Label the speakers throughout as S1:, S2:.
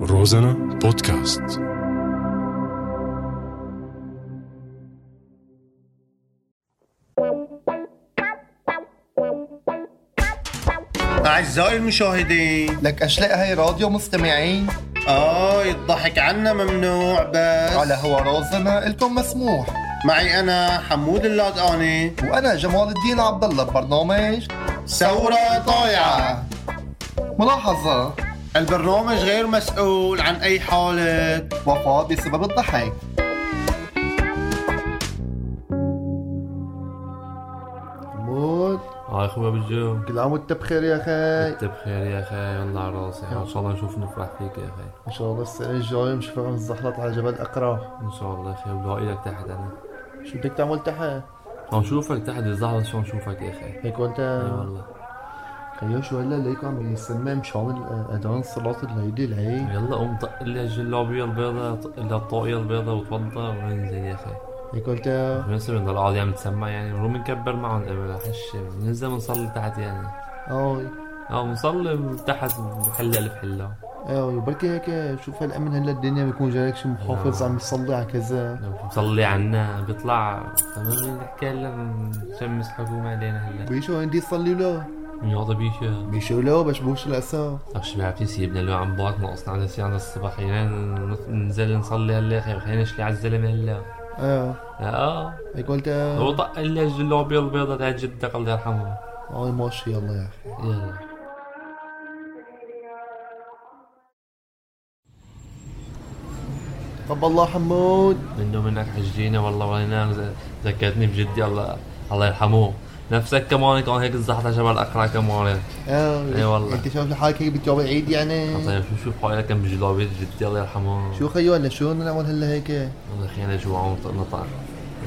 S1: روزانا بودكاست
S2: أعزائي المشاهدين
S3: لك أشلاء هاي راديو مستمعين
S2: آه الضحك عنا ممنوع بس
S3: على هو رازنا إلكم مسموح
S2: معي أنا حمود اللادقاني
S3: وأنا جمال الدين عبد الله ببرنامج آه،
S2: ثورة طايعة
S3: ملاحظة
S2: البرنامج غير مسؤول عن أي حالة
S3: وفاة بسبب الضحك
S4: موت
S5: هاي اخويا بالجو
S4: كل عام وانت بخير يا اخي
S5: انت بخير يا اخي والله على راسي ان شاء الله نشوف نفرح فيك يا اخي
S4: ان شاء الله السنه الجايه مش فاهم الزحلط على جبل اقرا
S5: ان شاء الله يا اخي ولاقي لك تحت انا
S4: شو بدك تعمل تحت
S5: هنشوفك تحت الزهرة شو نشوفك يا اخي
S4: هيك وانت
S5: اي والله
S4: خيو شو هلا ليك عم يسمع مش عامل آه، اذان صلاه الليل العين
S5: يلا قوم طق لي الجلابية البيضاء طق لي الطاقية البيضاء وتوضى وننزل يا اخي
S4: هيك وانت
S5: بالنسبة لنا القعدة عم تسمع يعني بنروح نكبر معهم قبل حش بننزل بنصلي تحت يعني
S4: اوي
S5: اه بنصلي تحت حلة ألف حلة
S4: اوي بركي هيك شوف هلا من هلا الدنيا بيكون جايك شي محافظ عم يصلي على كذا
S5: بنصلي عنا بيطلع تمام نحكي هلا نشمس حكومة علينا هلا
S4: بيشو عندي يصلي له
S5: يلا بيشا
S4: بيشو له بشبوش الاسا
S5: طب شباب في سيبنا لو عم بعض ناقصنا على سي على الصبح يعني ننزل نصلي هلا يا اخي خلينا نشلي على الزلمه هلا
S4: اه
S5: اه
S4: هيك وانت
S5: هو طق لي اللعبه البيضاء تاع جدك الله يرحمه
S4: اوي ماشي يلا يا اخي
S5: يلا
S4: طب الله حمود
S5: منه منك حجينا والله ورينا ذكرتني بجدي الله الله يرحمه نفسك كمان كان هيك الزحف على جبل اقرا كمان
S4: اه
S5: إي والله.
S4: انت شايف لحالك هيك بتجاوب عيد يعني
S5: طيب شو شوف حالك كم جلابيه جدي الله يرحمه
S4: شو خيو هلا شو بدنا نعمل هلا هيك
S5: والله خلينا جوعان طق- نطر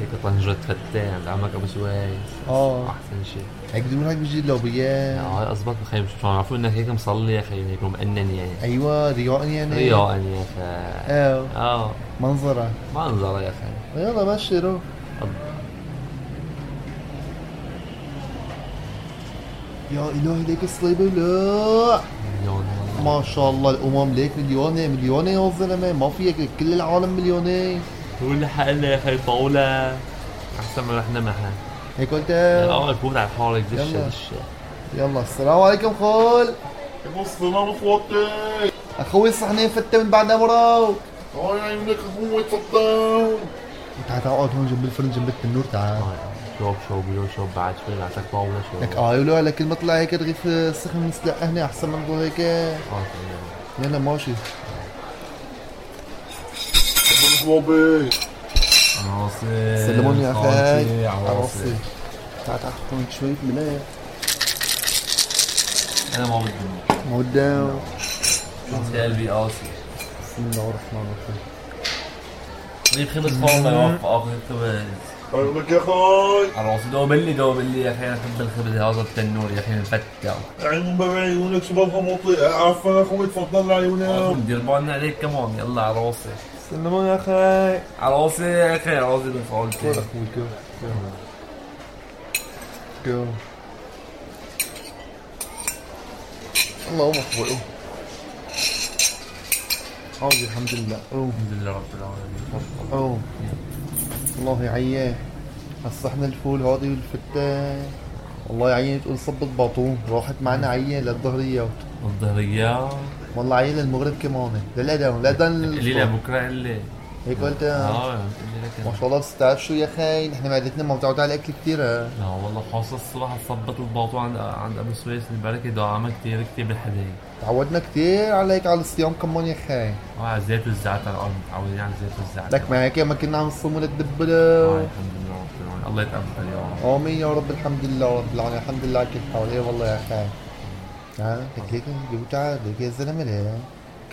S5: هيك طنجرة فتان عمك ابو سويس
S4: اه
S5: احسن شيء
S4: هيك بدي نروح بجي اللوبية
S5: اه اصبر اخي مش مش عارفين انك هيك مصلي يا اخي هيك مأنن يعني
S4: ايوه رياء يعني
S5: رياء يا اخي
S4: اه
S5: اه
S4: منظرة
S5: منظر يا اخي
S4: يلا ماشي روح يا الهي ليك الصليب لا
S5: مليون والله.
S4: ما شاء الله الامم ليك مليونة مليونة يا زلمة ما فيك كل العالم مليونة
S5: ولا حقنا يا اخي طاوله احسن ما رحنا معها
S4: هيك قلت
S5: اه فوت على حالك دشة
S4: يلا.
S5: دشة
S4: يلا السلام عليكم خول
S6: مصرنا مفوتي
S4: اخوي الصحنين فتة من بعد امرو
S6: هاي عينك هو صدام
S4: تعال تقعد هون جنب الفرن جنب التنور تعال
S5: آه، شوب شوب لو شوب بعد شوي عندك طاوله شوب
S4: لك
S5: اه
S4: اه لا لك كل ما طلع هيك رغيف السخن من سلاح هنا احسن من ضو هيك
S5: تمام.
S4: يلا ماشي
S6: مرحبا
S5: عواصي
S4: سلموني يا اخي
S5: عواصي،
S4: عواصي
S5: عواصي
S4: تعال تعال حطهم شوية ملاح
S5: انا ما بدي
S4: ما قدام
S5: شفت قلبي قاسي
S4: بسم الله الرحمن الرحيم
S5: طيب خبز فاضي آه، يوفقك الخبز
S6: عينك طيب، يا خاي
S5: على راسي دوبلي دوبلي يا اخي انا احب الخبز هذا التنور يا اخي مفتح
S6: عين بابا عيونك شباب هموطي عفوا يا اخوي تفضل عيونك
S5: ندير بالنا عليك كمان يلا على راسي
S4: سلموني يا اخي
S5: على راسي يا اخي على راسي بالفعل
S4: اخوي جو جو اللهم اخوي اوه آه، الحمد لله اوه
S5: الحمد لله رب العالمين تفضل.
S4: اوه الله يعينك الصحن الفول هذه والفتة الله يعينك تقول صبت باطون راحت معنا عية للظهرية
S5: الظهرية
S4: والله عية للمغرب كمان لا لا لا لا دن
S5: الليلة بكرة اللي
S4: هيك قلت آه،
S5: اه الليلة كده.
S4: ما شاء الله بتعرف شو يا خي نحن معدتنا ما متعودة على آه، الاكل كثير ها.
S5: لا والله خاصة الصبح صبت الباطو عند عند ابو سويس البركة دعامة كتير كتير بالحدايق
S4: تعودنا كثير على هيك على الصيام كمان يا خي
S5: اه على زيت والزعتر اه متعودين على الزيت والزعتر
S4: لك ما هيك ما كنا عم نصوم
S5: آه،
S4: للدبلة
S5: الحمد لله رب العالمين الله يتقبل يا رب
S4: امين يا رب الحمد لله رب العالمين الحمد لله على كل حال ايه والله يا خي ها لك ليك جبت ليك يا زلمه ليه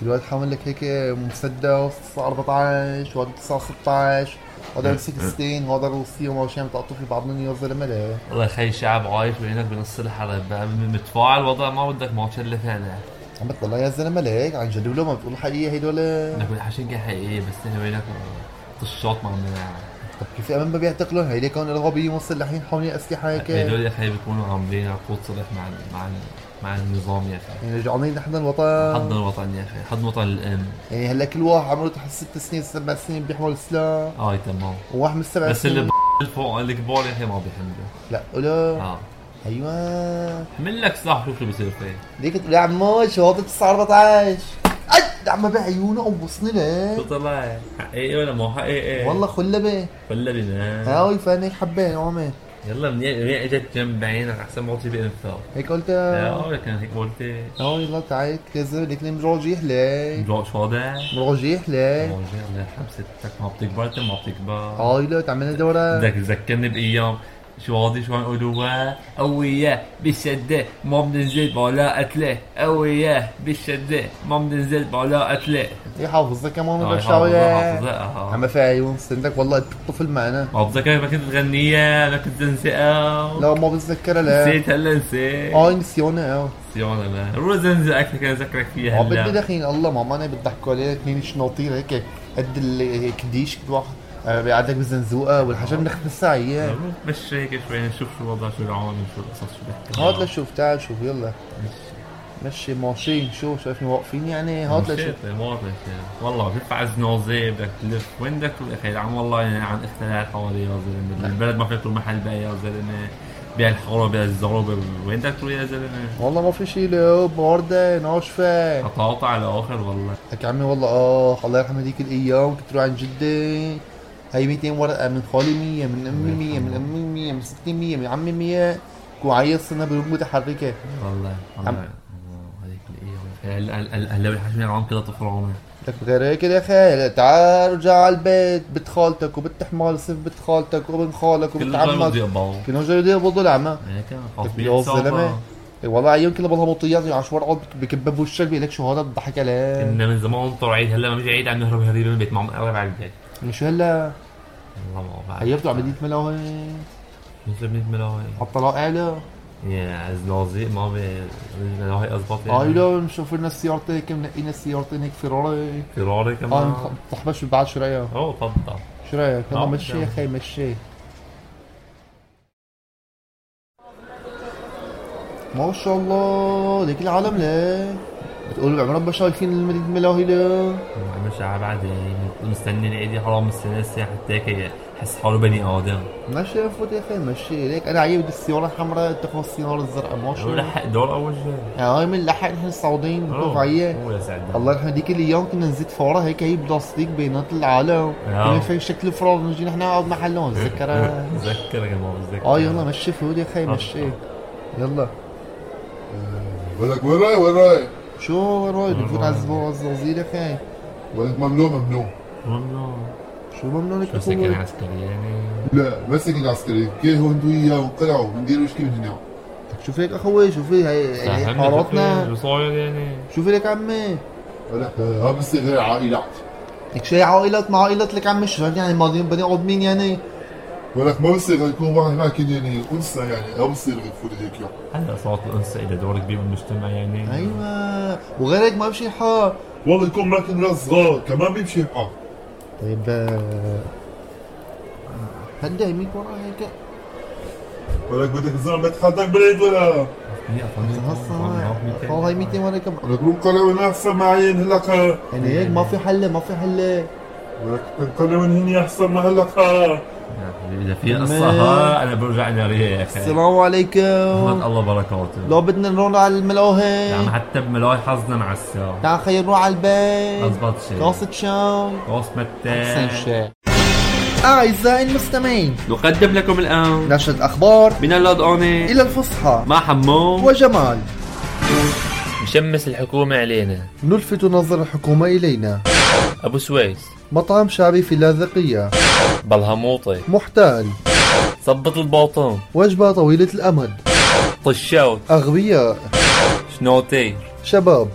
S4: كل واحد حامل لك هيك آه، مسدس 14 وهذا 9 16 هذا
S5: آه.
S4: يمسك 60 وهذا روسي وما شي عم تقطوا في بعضهم يا زلمه ليه
S5: والله يا اخي شعب عايش بينك بنص الحرب بقى متفاعل الوضع ما بدك ما تشلف هنا
S4: عم بتطلع يا زلمه ليك عن جد ولا ما بتقول الحقيقه هدول
S5: بدك حشنكة حقيقية بس انا بينك طشات مع يعني.
S4: طب كيف امن ما بيعتقلوا هيدي
S5: يعني
S4: كانوا ارهابيين مسلحين حاملين اسلحه هيك
S5: هدول يا اخي بيكونوا عاملين عقود صلح مع مع مع النظام يا اخي
S4: يعني رجعانين نحن الوطن
S5: حضن الوطن يا اخي حضن وطن الام
S4: يعني هلا كل واحد عمره تحت ست سنين سبع سنين بيحمل سلاح
S5: اه تمام
S4: وواحد من السبع
S5: بس اللي
S4: سنين
S5: ب- فوق الكبار يا اخي ما بيحملوا
S4: لا قلو
S5: اه
S4: ايوه
S5: حمل لك سلاح شوف شو بيصير فيه
S4: ليك تقول يا عمو شو هذا 14 اي عم بعيونه قوصني ليه
S5: طلع حقيقي ولا مو حقيقي
S4: والله خلبه
S5: ولا بناء
S4: هاوي فانك حبين عمي
S5: يلا من هي اجت جنب عينك احسن ما تجيب انفاق
S4: هيك قلت
S5: لا لكن هيك قلت
S4: اه يلا تعال كذا بدك نم راجيح ليه
S5: مروق شو هذا؟
S4: راجيح ليه
S5: مروق لا حبستك ما بتكبر انت ما بتكبر
S4: اه يلا تعملنا دورة
S5: بدك تذكرني بايام شو هادي شو عم يقولوا قوية بالشدة ما بننزل بلا قتلة قوية بالشدة ما بننزل بلا قتلة
S4: ايه حافظ لك يا ماما
S5: آه،
S4: بس
S5: حافظها،
S4: شوية
S5: حافظها، آه.
S4: عم في عيون سندك والله أنت طفل معنا
S5: ما بتذكر ما كنت تغنيها ما كنت تنسقها
S4: لا ما بتذكرها لا
S5: نسيت هلا نسيت
S4: اه نسيونا اه
S5: يلا ما روح زنزة اكثر كان ذكرك فيها
S4: ما آه، بدي
S5: هلا
S4: دخين الله ماما انا بتضحكوا علينا اثنين شناطير هيك قد ال- هيك ديش كل واحد آه، بيعدك بالزنزوقه والحجم نخبة الساعية
S5: روح بس هيك شوي نشوف شو الوضع شو العوامل شو القصص شو بحكي
S4: هات لشوف تعال شوف يلا مشي ماشيين شو شايفني واقفين يعني هات لشوف
S5: مشيت، ما بعرف شو. والله بتدفع على الزنوزة بدك تلف وين بدك تروح يا اخي العم والله يعني عن اختلاع حوالي يا زلمه البلد ما فيها تروح محل بقى يا زلمه بيع الحوار بيع الزروبه وين بدك تروح يا زلمه
S4: والله ما في شي لو باردة ناشفة
S5: قطعت على الاخر والله
S4: لك عمي والله اخ الله يرحم هذيك الايام كنت اروح عند جدي هي 200 ورقة من خالي 100 من امي 100 من امي 100 من ستي 100 من عمي 100 كون عيط صرنا بروح متحركة
S5: والله والله والله هذيك الايام هلا هلا هلا بالحشمي العم كده طفرانه
S4: لك غير هيك يا اخي تعال ارجع على البيت بنت خالتك وبنت حمار صف بنت خالتك وابن خالك وبنت
S5: كل عمك
S4: عمك
S5: يقبضوا
S4: كانوا جاي يقبضوا العمى
S5: هيك
S4: لك يا زلمه إيه والله عيون كلها بضلها مطيات يعني عشوار قعد بكبب وشك بيقول لك شو هذا بضحك عليه
S5: كنا من زمان نطلع عيد هلا ما بيجي عيد عم نهرب هريب من البيت ما عم نقرب على البيت
S4: يعني شو هلا
S5: والله ما بعرف
S4: عيبتوا عمليه ملاهي
S5: مثل بنت ملاوي
S4: على الطلاق اعلى
S5: يا زنازيق ما بي ملاوي اضبط
S4: اه لا مشوفين لنا سيارتين هيك منقينا سيارتين هيك فيراري
S5: فراري
S4: اه
S5: كمان Oh,
S4: مخ- متحبش بعد شو رايك؟
S5: اوه تفضل
S4: شو رايك؟ يلا
S5: آه،
S4: مشي يا
S5: يلا.
S4: اخي مشي ما شاء الله ليك العالم ليه؟ بتقول بعمر ما شايفين المدينة ملاهي ليه؟
S5: عم شعب بعد مستني العيد حرام مستني الساعه حتى هيك حس حاله بني ادم
S4: ما شافوت يا اخي مشي ليك انا عيب بدي السيارة الحمراء تاخذ السيارة الزرقاء ما شاء
S5: شو
S4: الله
S5: لحق دور اول شيء
S4: يعني هاي من لحق نحن السعوديين
S5: آه.
S4: بنطلع عيال
S5: هو يا سعد
S4: الله يرحمه هذيك الايام كنا نزيد فورا هيك هي بلاستيك بينات العالم
S5: آه.
S4: كنا في شكل فراغ نجي نحن نقعد محلهم تذكرها
S5: تذكر يا ماما تذكر
S4: اه آه، يلا مشي فول يا اخي
S5: آه.
S4: مشي يلا
S6: ولك وين رايح وين رايح؟
S4: شو رايك نفوت على الزبون الزنزير يا اخي
S6: ولك ممنوع ممنوع
S5: والله
S4: شو ممنوع لك
S5: شو سكن
S4: تقول
S5: عسكري يعني
S6: لا ما سكن عسكري كي هون دويا وقلعوا ندير مشكل من هنا
S4: شوف لك اخوي شوف لك هي هي
S5: ساهمنا
S4: حاراتنا
S5: شو صاير يعني
S4: شوف لك عمي
S6: ولك آه، ها بس غير عائلات
S4: لك شو هي عائلتنا عائلت لك عمي شو يعني ماضيين بني اقعد مين يعني
S6: ولك ما بصير يكون واحد معك يعني انثى يعني ما بصير تفوت هيك يعني. يوم
S5: هلا صارت الانثى إلها دور كبير بالمجتمع يعني
S4: ايوه وغير هيك ما بمشي الحال
S6: والله يكون معك ناس صغار كمان بيمشي معك
S4: طيب آه، هدي يميك ورا هيك
S6: ولك بدك زلمه تحدك بالعيد ولا
S5: يا فندم،
S4: هسه هاي 200 ورا كم
S6: ولك بنقلعوا ناس أحسن معين هلك آه،
S4: يعني هيك ما في حل ما في حل
S6: ولك بنقلعوا من هني احسن ما هلك آه.
S5: يا حبيبي اذا في قصه ها انا برجع ناريها يا اخي
S4: السلام
S5: رحمة
S4: عليكم
S5: الله بركاته
S4: لو بدنا نروح على
S5: يعني
S4: الملاهي
S5: حتى بملاي حظنا مع الساعة
S4: تعال خير نروح على البيت
S5: أزبط شيء
S4: كاسة شاي
S5: راس
S4: احسن
S5: متى
S4: شاي أعزائي المستمعين
S5: نقدم لكم الآن
S4: نشرة أخبار
S5: من اللود أوني
S4: إلى الفصحى
S5: مع حمو
S4: وجمال
S7: مشمس الحكومة علينا
S4: نلفت نظر الحكومة إلينا
S7: أبو سويس
S4: مطعم شعبي في اللاذقية
S7: بلهموطي
S4: محتال
S7: صبط الباطن
S4: وجبة طويلة الأمد
S7: طشاوت
S4: أغبياء
S7: شنوتي
S4: شباب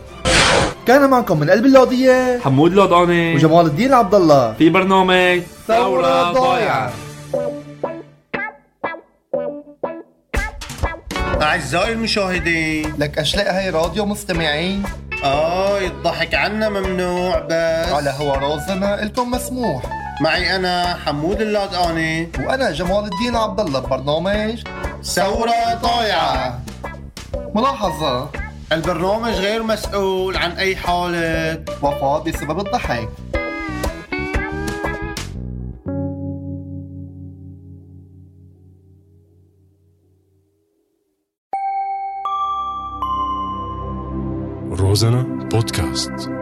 S4: كان معكم من قلب اللوضية
S5: حمود لود أوني
S4: وجمال الدين عبد الله
S5: في برنامج
S4: ثورة ضايعة
S2: أعزائي المشاهدين
S3: لك اشلاء هاي راديو مستمعين
S2: آه الضحك عنا ممنوع بس
S3: على هوا رازنا الكم مسموح
S2: معي أنا حمود اللادقاني
S3: وانا جمال الدين عبد الله ببرنامج
S2: ثورة طايعة
S4: ملاحظة
S2: البرنامج غير مسؤول عن أي حالة
S4: وفاة بسبب الضحك
S1: Розана подкаст.